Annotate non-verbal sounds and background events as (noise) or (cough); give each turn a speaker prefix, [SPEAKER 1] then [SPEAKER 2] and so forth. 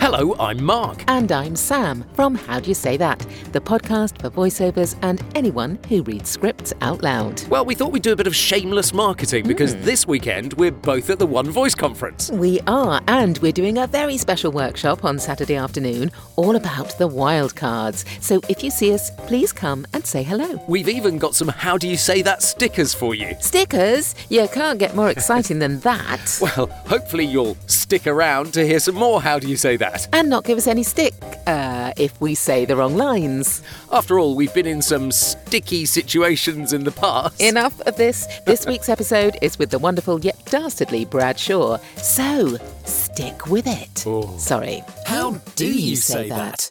[SPEAKER 1] Hello, I'm Mark.
[SPEAKER 2] And I'm Sam from How Do You Say That, the podcast for voiceovers and anyone who reads scripts out loud.
[SPEAKER 1] Well, we thought we'd do a bit of shameless marketing because this weekend we're both at the One Voice Conference.
[SPEAKER 2] We are, and we're doing a very special workshop on Saturday afternoon all about the wild cards. So if you see us, please come and say hello.
[SPEAKER 1] We've even got some How Do You Say That stickers for you.
[SPEAKER 2] Stickers? You can't get more exciting
[SPEAKER 1] (laughs)
[SPEAKER 2] than that.
[SPEAKER 1] Well, hopefully you'll stick around to hear some more How Do You Say That.
[SPEAKER 2] And not give us any stick uh, if we say the wrong lines.
[SPEAKER 1] After all, we've been in some sticky situations in the past.
[SPEAKER 2] Enough of this. This week's episode is with the wonderful yet dastardly Brad Shaw. So stick with it. Sorry.
[SPEAKER 1] How do you say that?